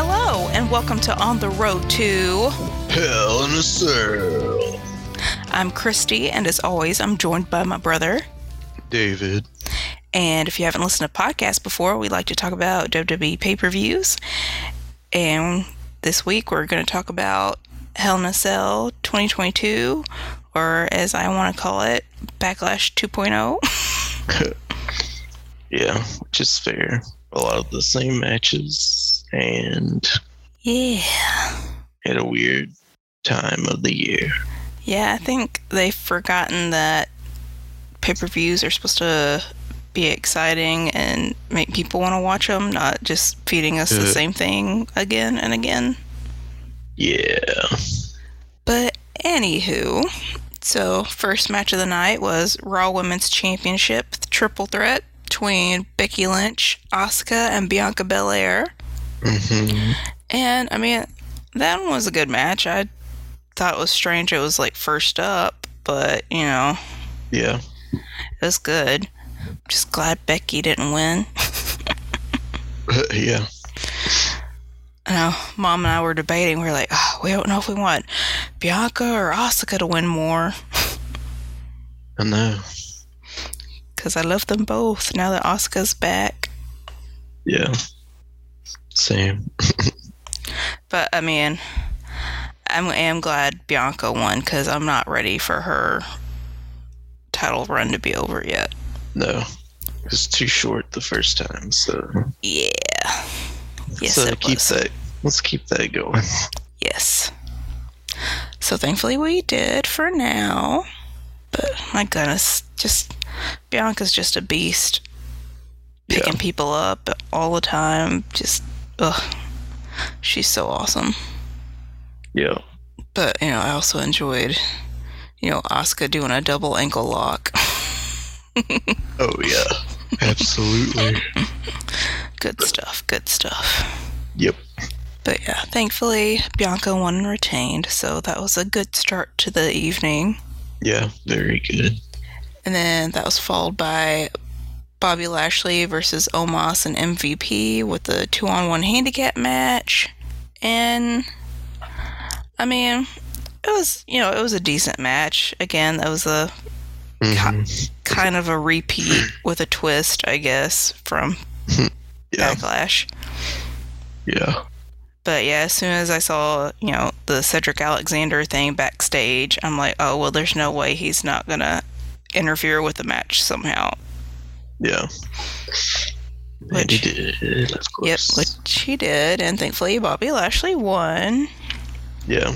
and welcome to On the Road to. Hell in a Cell. I'm Christy, and as always, I'm joined by my brother. David. And if you haven't listened to podcasts before, we like to talk about WWE pay per views. And this week, we're going to talk about Hell in a Cell 2022, or as I want to call it, Backlash oh. 2.0. Yeah, which is fair. A lot of the same matches and yeah. at a weird time of the year. Yeah, I think they've forgotten that pay per views are supposed to be exciting and make people want to watch them, not just feeding us the Yeah. same thing again and again. Yeah. But anywho, so first match of the night was Raw Women's Championship triple threat between Becky Lynch, Asuka, and Bianca Belair. hmm And I mean, that one was a good match. I thought it was strange it was like first up, but you know. Yeah. It was good. Just glad Becky didn't win. Uh, yeah. I know mom and I were debating. We are like, oh, we don't know if we want Bianca or Asuka to win more I know. because I love them both now that Asuka's back. Yeah. Same. But I mean, I'm, I am glad Bianca won because I'm not ready for her title run to be over yet. No. It was too short the first time, so Yeah. Yes, so it keep was. that let's keep that going. Yes. So thankfully we did for now. But my goodness, just Bianca's just a beast. Picking Yeah. people up all the time. Just ugh. She's so awesome. Yeah. But you know, I also enjoyed, you know, Asuka doing a double ankle lock. Oh yeah. Absolutely. good stuff, good stuff. Yep. But yeah, thankfully Bianca won and retained, so that was a good start to the evening. Yeah. Very good. And then that was followed by Bobby Lashley versus Omos and MVP with the two on one handicap match. And I mean, it was, you know, it was a decent match. Again, that was a Mhm. kind of a repeat with a twist, I guess, from Yeah. Backlash. Yeah. But yeah, as soon as I saw, you know, the Cedric Alexander thing backstage, I'm like, oh, well, there's no way he's not going to interfere with the match somehow. Yeah. Which- and he did, of Yep, course. which he did, and thankfully Bobby Lashley won. yeah.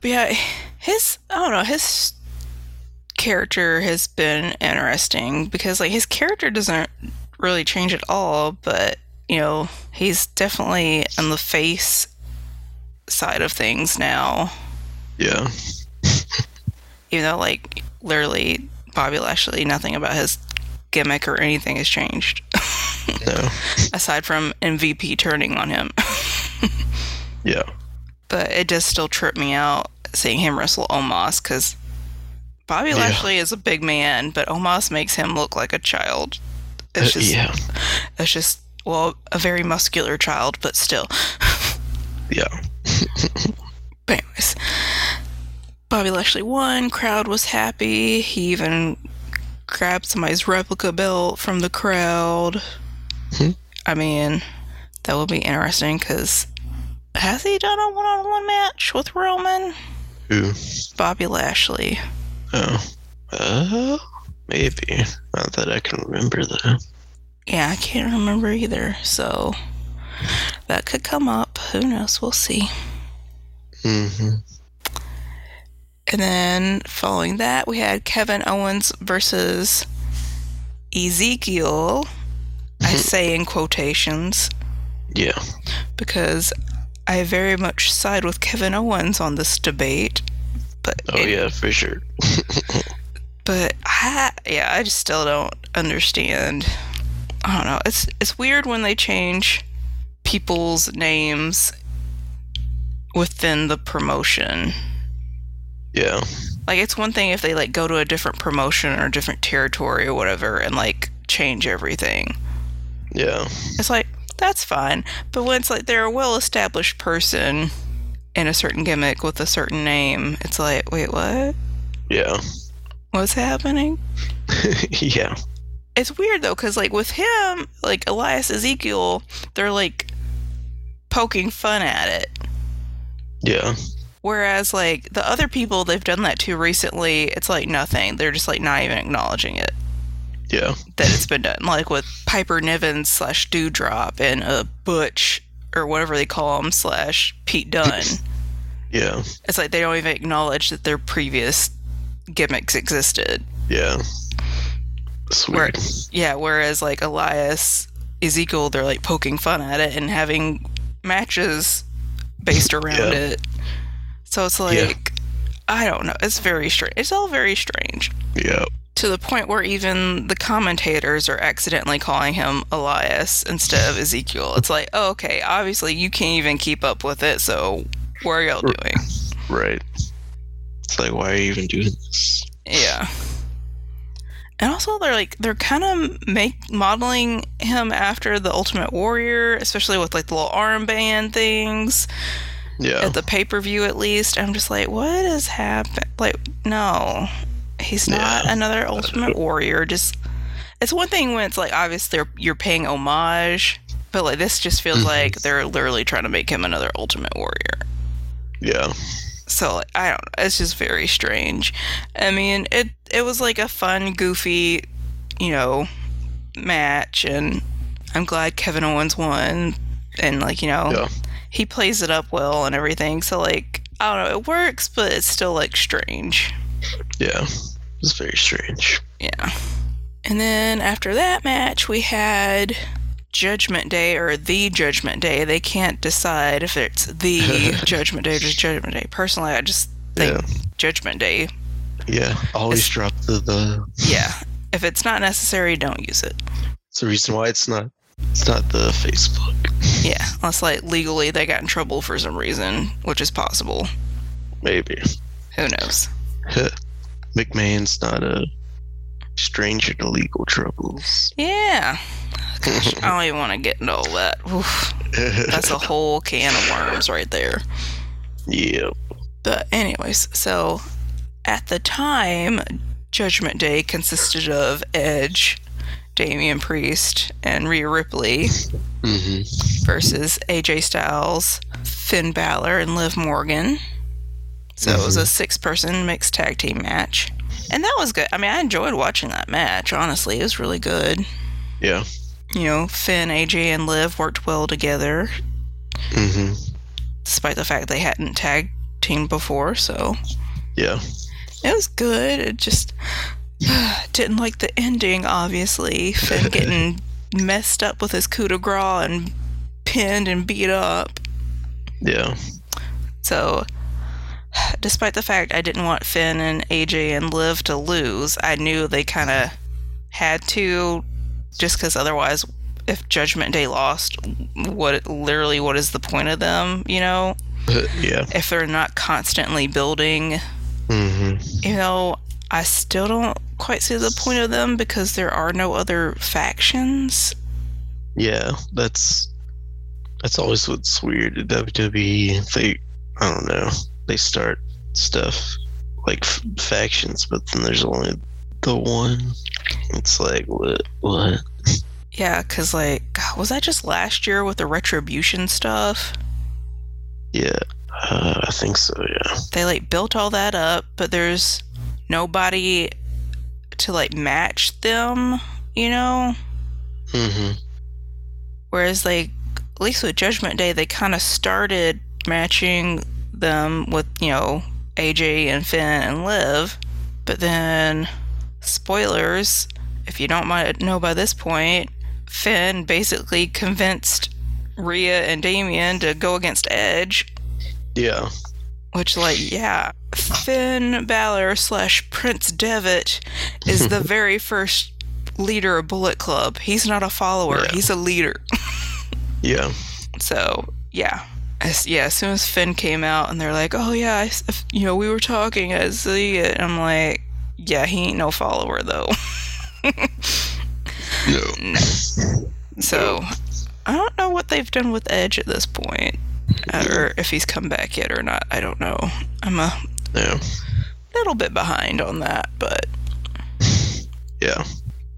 But yeah, his I don't know his character has been interesting because like his character doesn't really change at all, but you know he's definitely on the face side of things now. Yeah. Even though like literally Bobby Lashley, nothing about his gimmick or anything has changed No. aside from MVP turning on him. Yeah. but it does still trip me out seeing him wrestle Omos because Bobby Yeah. Lashley is a big man, but Omos makes him look like a child. It's Uh, just, yeah. it's just, well, a very muscular child, but still. Yeah. But anyways, Bobby Lashley won. Crowd was happy. He even grabbed somebody's replica belt from the crowd. Hmm. I mean, that would be interesting because has he done a one-on-one match with Roman? Who? Bobby Lashley. Oh. Uh, maybe. Not that I can remember, though. Yeah, I can't remember either. So that could come up. Who knows? We'll see. Mm-hmm. And then following that, we had Kevin Owens versus Ezekiel. I say in quotations Yeah. because I very much side with Kevin Owens on this debate. But Oh, yeah, for sure. but I yeah, I just still don't understand. I don't know. It's it's weird when they change people's names within the promotion. Yeah. Like it's one thing if they like go to a different promotion or a different territory or whatever and like change everything. Yeah. It's like that's fine. But when it's like they're a well established person in a certain gimmick with a certain name, it's like, wait, what? Yeah. What's happening? yeah. It's weird though, because like with him, like Elias Ezekiel, they're like poking fun at it. Yeah. Whereas like the other people they've done that to recently, it's like nothing. They're just like not even acknowledging it Yeah. that it's been done. Like with Piper Niven slash Dewdrop and uh, Butch or whatever they call him slash Pete Dunn. Yeah. it's like they don't even acknowledge that their previous gimmicks existed. Yeah. It's Where- weird. Yeah, whereas like Elias, Ezekiel, they're like poking fun at it and having matches based around Yeah. it. So it's like, I don't know. It's very strange. It's all very strange Yeah. to the point where even the commentators are accidentally calling him Elias instead of Ezekiel. It's like, oh, okay, obviously you can't even keep up with it. So what are y'all doing? Right. It's like, why are you even doing this? Yeah. And also, they're like they're kind of make modeling him after the Ultimate Warrior, especially with like the little armband things Yeah. at the pay per view, at least. I'm just like, what is happening? Like, no, he's not Yeah. another Ultimate Warrior. Just it's one thing when it's like obviously you're- you're paying homage, but like this just feels Mhm. like they're literally trying to make him another Ultimate Warrior. Yeah. So like, I don't know. It's just very strange. I mean, it it was like a fun, goofy, you know, match, and I'm glad Kevin Owens won, and like you know, Yeah. he plays it up well and everything. So like, I don't know, it works, but it's still like strange. Yeah. It's very strange. Yeah. And then after that match, we had Judgment Day or the Judgment Day. They can't decide if it's the Judgment Day or just Judgment Day. Personally, I just think Judgment Day Yeah. Always It's- drop the, the Yeah. If it's not necessary, don't use it. it's the reason why it's not it's not the Facebook. Yeah. Unless, like, legally they got in trouble for some reason, which is possible. Maybe. Who knows? McMahon's not a stranger to legal troubles. Yeah. Gosh, I don't even want to get into all that. Oof, that's a whole can of worms right there. yeah. But, anyways, so at the time, Judgment Day consisted of Edge, Damian Priest, and Rhea Ripley hmm versus AJ Styles, Finn Balor, and Liv Morgan. So it was a six person mixed tag team match. And that was good. I mean, I enjoyed watching that match, honestly. It was really good. Yeah. You know, Finn, AJ, and Liv worked well together, hmm despite the fact they hadn't tag teamed before. So Yeah. it was good. It just didn't like the ending, obviously. Finn getting messed up with his coup de grace and pinned and beat up. Yeah. So, despite the fact I didn't want Finn and AJ and Liv to lose, I knew they kind of had to, just because otherwise, if Judgment Day lost, what literally what is the point of them? You know, yeah. if they're not constantly building, hmm you know, I still don't quite see the point of them because there are no other factions. Yeah. That's that's always what's weird at WWE. They I don't know. They start stuff like f- factions, but then there's only the one. It's like what what? Yeah, because like, God, was that just last year with the retribution stuff? Yeah. Uh, I think so. Yeah. they like built all that up, but there's nobody to like match them, you know? hmm Whereas like at least with Judgment Day, they kind of started matching them with, you know, AJ and Finn and Liv, but then spoilers, if you don't mind know by this point, Finn basically convinced Rhea and Damien to go against Edge Yeah. Which, like, yeah, Finn Balor slash Prince Devitt is the very first leader of Bullet Club. He's not a follower; Yeah. he's a leader. Yeah. So, yeah, as, yeah. As soon as Finn came out, and they're like, "Oh yeah, I s- if- you know, we were talking. I see it." I'm like, "Yeah, he ain't no follower though." No. So, I don't know what they've done with Edge at this point, or if he's come back yet or not. I don't know. I'm a Yeah. little bit behind on that, but Yeah.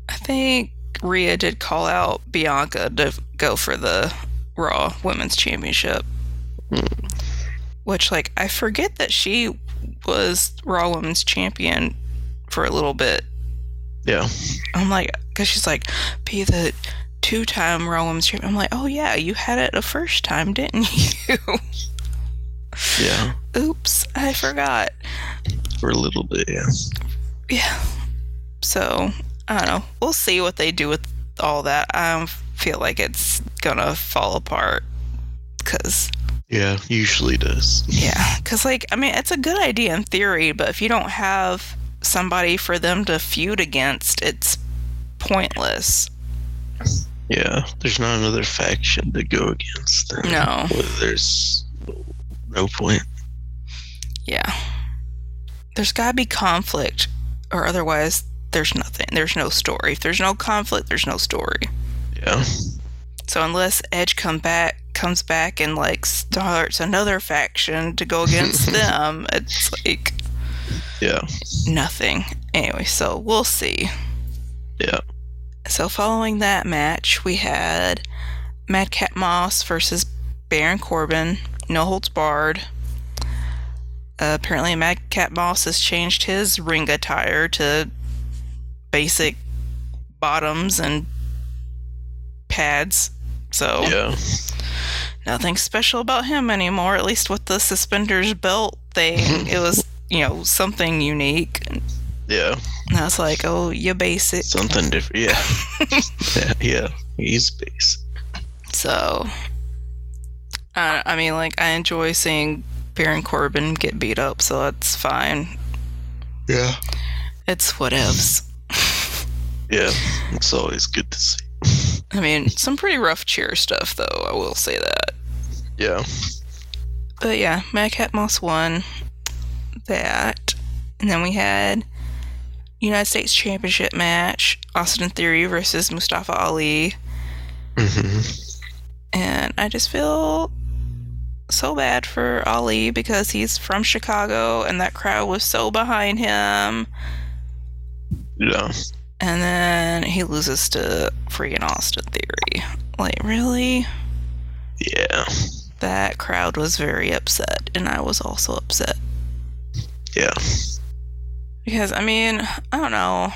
I think Rhea did call out Bianca to go for the Raw Women's Championship. Which, like, I forget that she was Raw Women's Champion for a little bit. Yeah. I'm like, because she's like, be the two time Raw Women's Champion. I'm like, oh, yeah, you had it the first time, didn't you? Yeah. Oops, I forgot. For a little bit. Yeah. Yeah. So I don't know. We'll see what they do with all that. I don't feel like it's gonna fall apart. Cause Yeah. Usually does. yeah, cause like I mean, it's a good idea in theory, but if you don't have somebody for them to feud against, it's pointless. Yeah. There's not another faction to go against. Them. No. There's no point. Yeah. There's gotta be conflict, or otherwise there's nothing. There's no story. If there's no conflict, there's no story. Yeah. So unless Edge come back comes back and like starts another faction to go against them, it's like Yeah. nothing. Anyway, so we'll see. Yeah. So following that match, we had Madcap Moss versus Baron Corbin, no holds barred. Uh, apparently, Madcap Moss has changed his ring attire to basic bottoms and pads. So Yeah. nothing special about him anymore. At least with the suspenders belt thing, it was you know something unique. And Yeah. I was like, oh, you basic. Something different. Yeah. yeah. Yeah. He's base. So, I, I mean, like I enjoy seeing Baron Corbin get beat up, so that's fine. Yeah. It's whatevs. Yeah. It's always good to see. I mean, some pretty rough cheer stuff, though. I will say that. Yeah. But yeah, Madcap Moss won that. And then we had United States Championship match, Austin Theory versus Mustafa Ali. hmm And I just feel so bad for Ali because he's from Chicago and that crowd was so behind him. Yeah. And then he loses to freaking Austin Theory. Like, really? Yeah. That crowd was very upset, and I was also upset. Yeah. Because I mean, I don't know.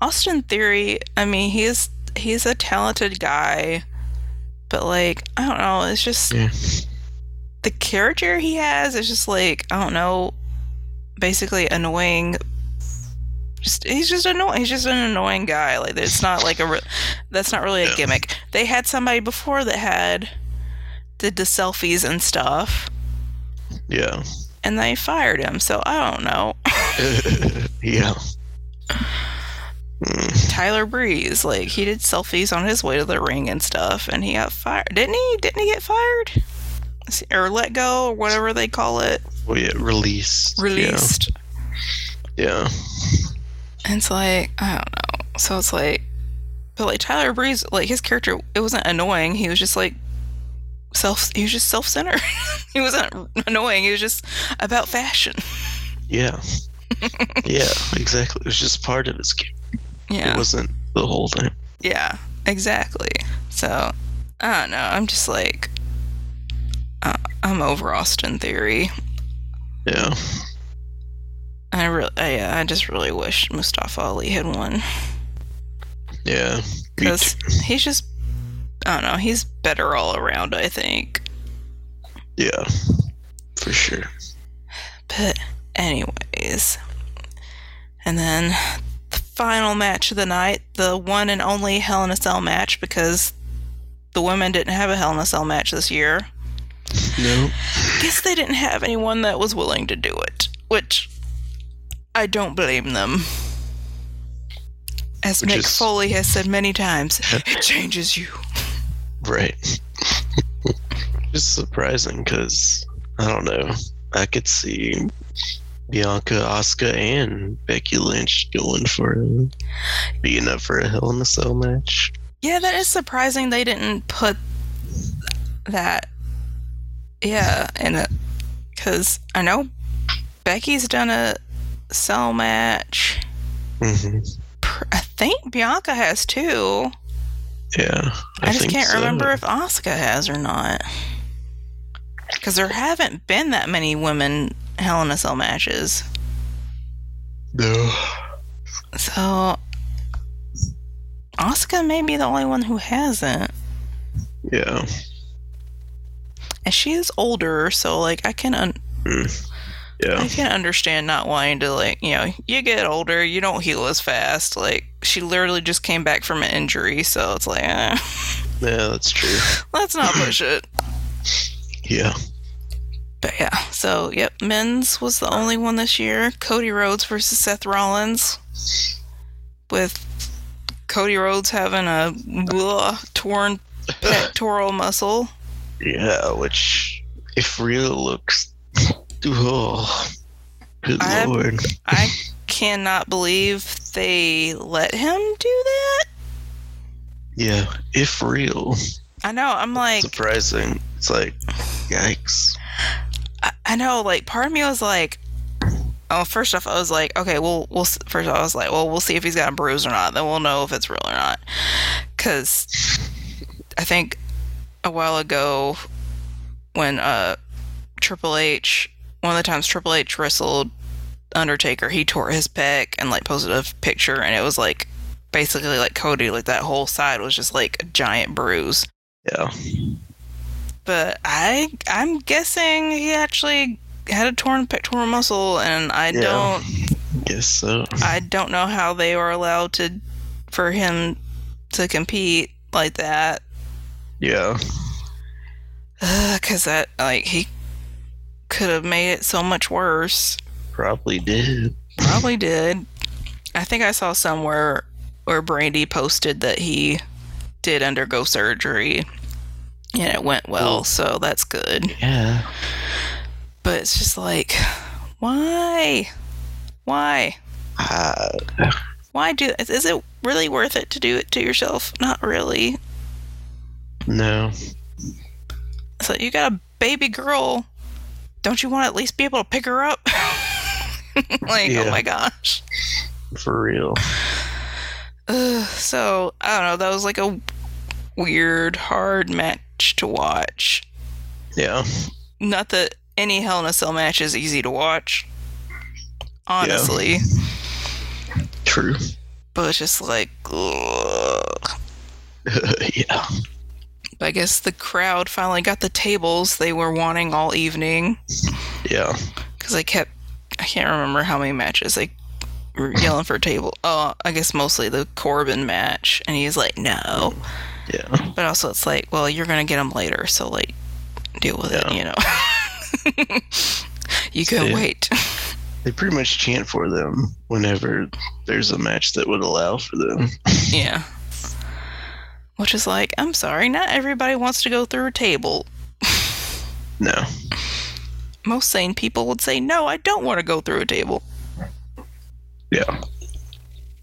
Austin Theory, I mean, he's he's a talented guy, but like, I don't know, it's just Yeah. the character he has is just like, I don't know, basically annoying. Just he's just annoying. He's just an annoying guy. Like it's not like a re- that's not really a Yeah. gimmick. They had somebody before that had did the selfies and stuff, Yeah. and they fired him. So I don't know. yeah. Mm, Tyler Breeze, like he did selfies on his way to the ring and stuff, and he got fired. Didn't he? Didn't he get fired? S- Or let go, or whatever they call it, well, Oh, yeah, released. released. Yeah. And it's like I don't know. So it's like, but like Tyler Breeze, like his character, it wasn't annoying. He was just like self. He was just self-centered. he wasn't annoying. He was just about fashion. Yeah. Yeah. yeah. Exactly. It was just part of his game. It Yeah. wasn't the whole thing. Yeah, exactly. So, I don't know. I'm just like, uh, I'm over Austin Theory. Yeah. I really, I, I just really wish Mustafa Ali had won Yeah. Me because too. he's just, I don't know. He's better all around. I think. Yeah. For sure. But anyways, and then the final match of the night, the one and only Hell in a Cell match because the women didn't have a Hell in a Cell match this year. No. guess they didn't have anyone that was willing to do it, which I don't blame them. As Which Mick is- Foley has said many times, it changes you. Right. Just surprising because I don't know. I could see Bianca, Oscar, and Becky Lynch going for being up for a Hell in a Cell match. Yeah, that is surprising they didn't put that. Yeah, in it. Because I know Becky's done a cell match. hmm Pr- I think Bianca has too. Yeah. I, just think can't so. remember if Asuka has or not. Because there haven't been that many women Hell in a Cell matches. No. So. Asuka may be the only one who hasn't. Yeah. And she is older, so, like, I can un- I Yeah. can understand not wanting to like you know you get older you don't heal as fast like she literally just came back from an injury so it's like eh, Yeah, that's true. let's not push it Yeah. but yeah so yep men's was the only one this year Cody Rhodes versus Seth Rollins with Cody Rhodes having a bleh, torn pectoral muscle Yeah, which, if real looks. Oh, good I- lord. I cannot believe they let him do that Yeah, if real. I know I'm like surprising. It's like, yikes. I, I know, like, part of me was like, oh, first off, I was like, okay, well, we'll, s- first off, I was like, well, we'll see if he's got a bruise or not. Then we'll know if it's real or not. Because I think a while ago when uh, Triple H, one of the times Triple H wrestled Undertaker, he tore his pec and, like, posted a picture, and it was like, basically like Cody, like, that whole side was just like a giant bruise Yeah. but I I'm guessing he actually had a torn pectoral muscle, and I Yeah. don't Guess so. I don't know how they are allowed to for him to compete like that Yeah. because that like he could have made it so much worse. Probably did. Probably did. I think I saw somewhere where Brandy posted that he did undergo surgery and it went well, so that's good. Yeah. but it's just like why why Uh, why do is, is it really worth it to do it to yourself not really no. so you got a baby girl don't you want to at least be able to pick her up like Yeah. oh my gosh For real. Ugh, so i don't know that was like a weird hard match to watch Yeah. not that any hell in a cell match is easy to watch honestly True. but it's just like ugh. yeah. I guess the crowd finally got the tables they were wanting all evening Yeah. because I kept I can't remember how many matches they were yelling for a table. Oh, I guess mostly the Corbin match, and he's like, "No," Yeah. but also it's like, "Well, you're gonna get them later, so like, deal with Yeah. it," you know. you can Yeah. wait. They pretty much chant for them whenever there's a match that would allow for them. yeah. Which is like, I'm sorry, not everybody wants to go through a table. No. Most sane people would say, "No, I don't want to go through a table." Yeah.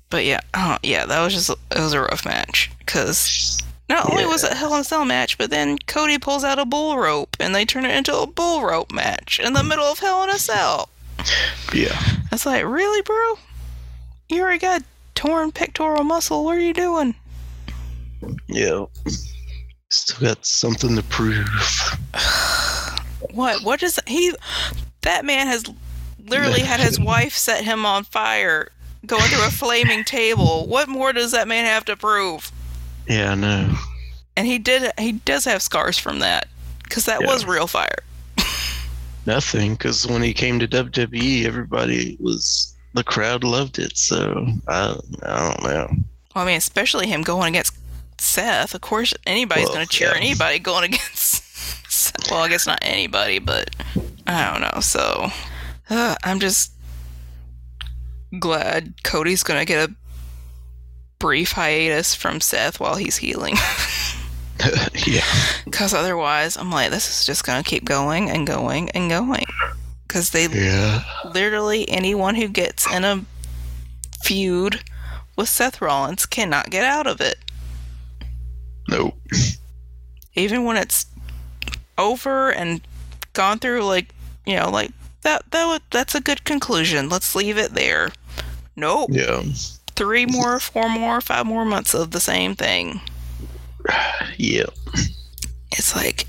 But yeah, uh, yeah, that was just it was a rough match because not only was it Hell in a Cell match, but then Cody pulls out a bull rope and they turn it into a bull rope match in the middle of Hell in a Cell. Yeah. It's like, really, bro? You already got torn pectoral muscle. What are you doing? Yeah. Still got something to prove. What? What is he? That man has literally had his wife set him on fire, going through a flaming table. What more does that man have to prove? Yeah, no. And he did. He does have scars from that because that Yeah. was real fire. Nothing, because when he came to WWE, everybody was the crowd loved it. So I, I don't know. Well, I mean, especially him going against Seth. Of course, anybody's Well, going to cheer yeah. anybody going against. Seth. Well, I guess not anybody, but I don't know. So uh, I'm just glad Cody's going to get a brief hiatus from Seth while he's healing. yeah, Because otherwise, I'm like, this is just going to keep going and going and going. Because they yeah, literally anyone who gets in a feud with Seth Rollins cannot get out of it. Nope. Even when it's over and gone through, like you know, like that that would, that's a good conclusion. Let's leave it there. Nope. Yeah. Three more, four more, five more months of the same thing. Yeah. It's like,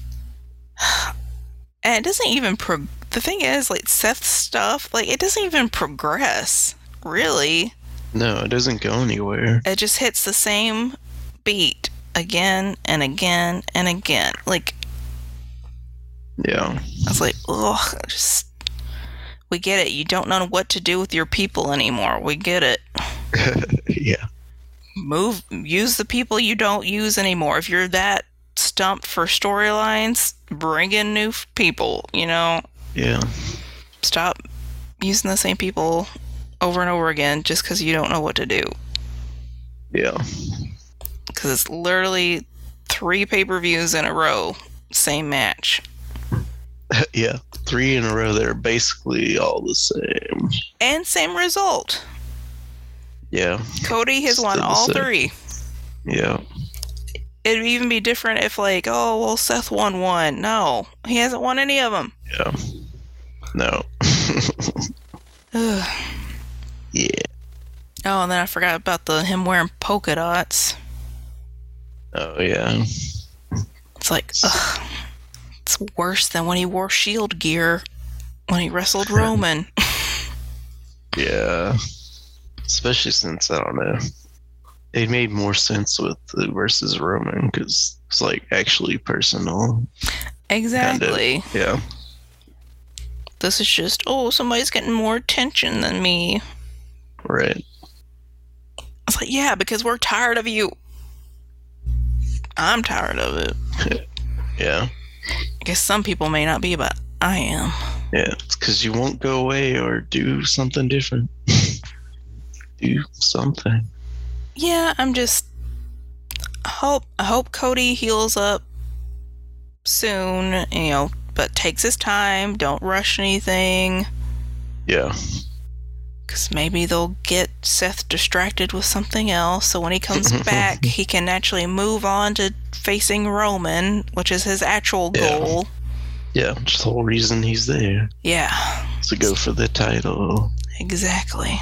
and it doesn't even pro. The thing is, like Seth's stuff, like it doesn't even progress. Really, No, it doesn't go anywhere. it just hits the same beat again and again and again. Like Yeah. I was like, ugh, just we get it. You don't know what to do with your people anymore. We get it. yeah. Move, use the people you don't use anymore. If you're that stumped for storylines, bring in new f- people. You know, Yeah. stop using the same people over and over again just because you don't know what to do. Yeah. Because it's literally three pay per views in a row, same match. yeah. Three in a row. They're basically all the same. And same result. Yeah. Cody has won Still the all same. three. Yeah. it'd even be different if like oh well seth won one no he hasn't won any of them No. Ugh. yeah. oh and then i forgot about the him wearing polka dots Oh yeah. it's like ugh, it's worse than when he wore shield gear when he wrestled roman Yeah. Especially since I don't know. It made more sense with the versus Roman because it's like actually personal. exactly Yeah. this is just oh somebody's getting more attention than me Right. it's like yeah because we're tired of you i'm tired of it Yeah. i guess some people may not be but i am Yeah. It's because you won't go away or do something different. do something. Yeah, I'm just I hope I hope Cody heals up soon, you know, but takes his time, don't rush anything Yeah. cuz maybe they'll get Seth distracted with something else so when he comes back, he can actually move on to facing Roman, which is his actual Yeah. goal. Yeah. Just the whole reason he's there Yeah, is to go for the title. exactly.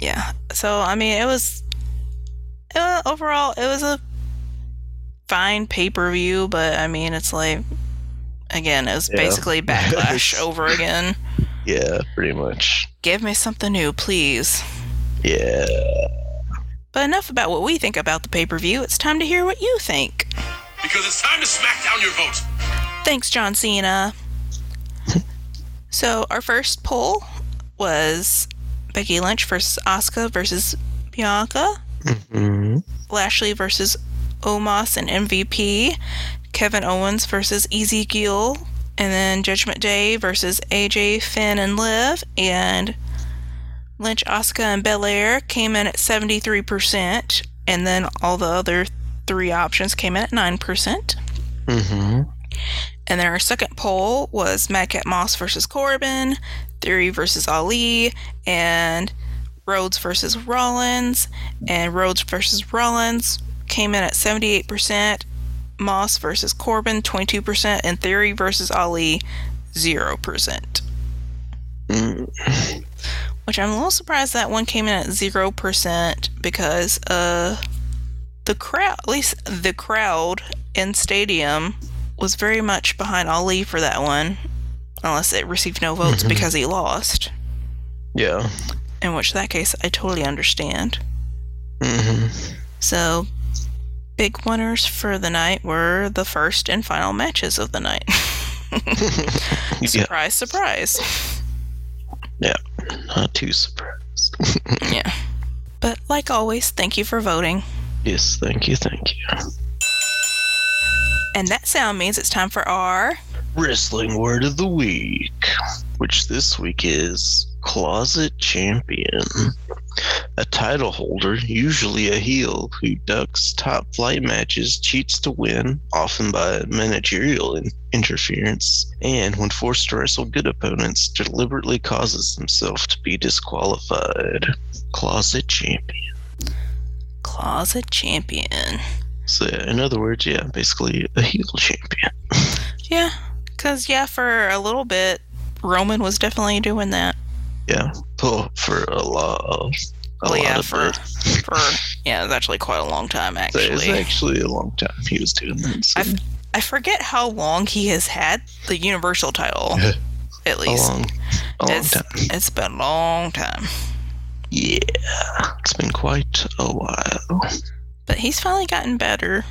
Yeah. So, I mean, it was uh, overall it was a fine pay per view, but I mean, it's like again, it was Yeah. basically backlash over again. Yeah. Pretty much. Give me something new, please. Yeah. But enough about what we think about the pay per view. It's time to hear what you think. Because it's time to smack down your votes. Thanks, John Cena. so our first poll was Becky Lynch versus Asuka versus Bianca. hmm Lashley versus Omos and MVP, Kevin Owens versus Ezekiel, and then Judgment Day versus AJ, Finn, and Liv, and Lynch, Asuka, and Belair came in at 73%, and then all the other three options came in at 9%. hmm And then our second poll was Madcap Moss versus Corbin, Theory versus Ali, and Rhodes versus Rollins. And Rhodes versus Rollins came in at 78%, Moss versus Corbin 22%, and Theory versus Ali 0%. Mm. Which I'm a little surprised that one came in at 0% because uh, the crowd, at least the crowd in stadium, was very much behind Ali for that one, unless it received no votes because he lost. Yeah. In which that case, I totally understand. hmm So, big winners for the night were the first and final matches of the night. Yeah. surprise, surprise. Not too surprised. Yeah. But like always, thank you for voting. yes. Thank you. Thank you. And that sound means it's time for our. Wrestling word of the week, which this week is closet champion. A title holder, usually a heel, who ducks top flight matches, cheats to win, often by managerial in- interference, and when forced to wrestle good opponents, deliberately causes himself to be disqualified. Closet champion. Closet Champion. So, yeah, in other words, yeah, basically a heel champion. Yeah, because yeah, for a little bit, Roman was definitely doing that. Yeah, for, for a lot of. A Well, lot yeah, of for- it. For yeah, it was actually quite a long time So it was actually. actually a long time he was doing that. So I've- I forget how long he has had the Universal title. Yeah. At a least long, a long it's, time. it's been a long time, Yeah, it's been quite a while. but he's finally gotten better.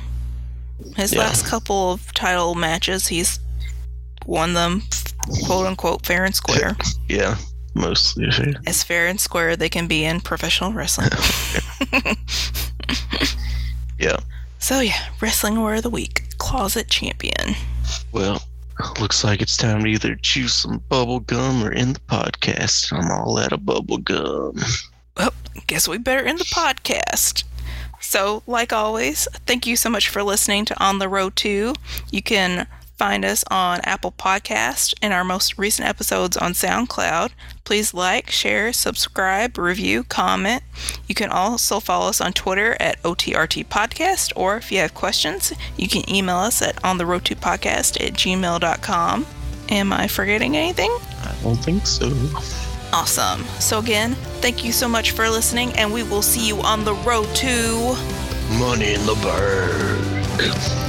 His Yeah. last couple of title matches, he's won them, quote unquote, fair and square. Yeah, mostly. as fair and square they can be in professional wrestling. Yeah. So yeah, wrestling word of the week, closet champion. Well, looks like it's time to either chew some bubble gum or end the podcast. I'm all out of bubble gum. Guess we better end the podcast. So, like always, thank you so much for listening to On the Road 2. You can find us on Apple Podcast and our most recent episodes on SoundCloud. Please like, share, subscribe, review, comment. You can also follow us on Twitter at OTRT Podcast, or if you have questions, you can email us at ontheroad2podcast at gmail.com. Am I forgetting anything? I don't think so. Awesome. So, again, thank you so much for listening, and we will see you on the road to. Money in the bird.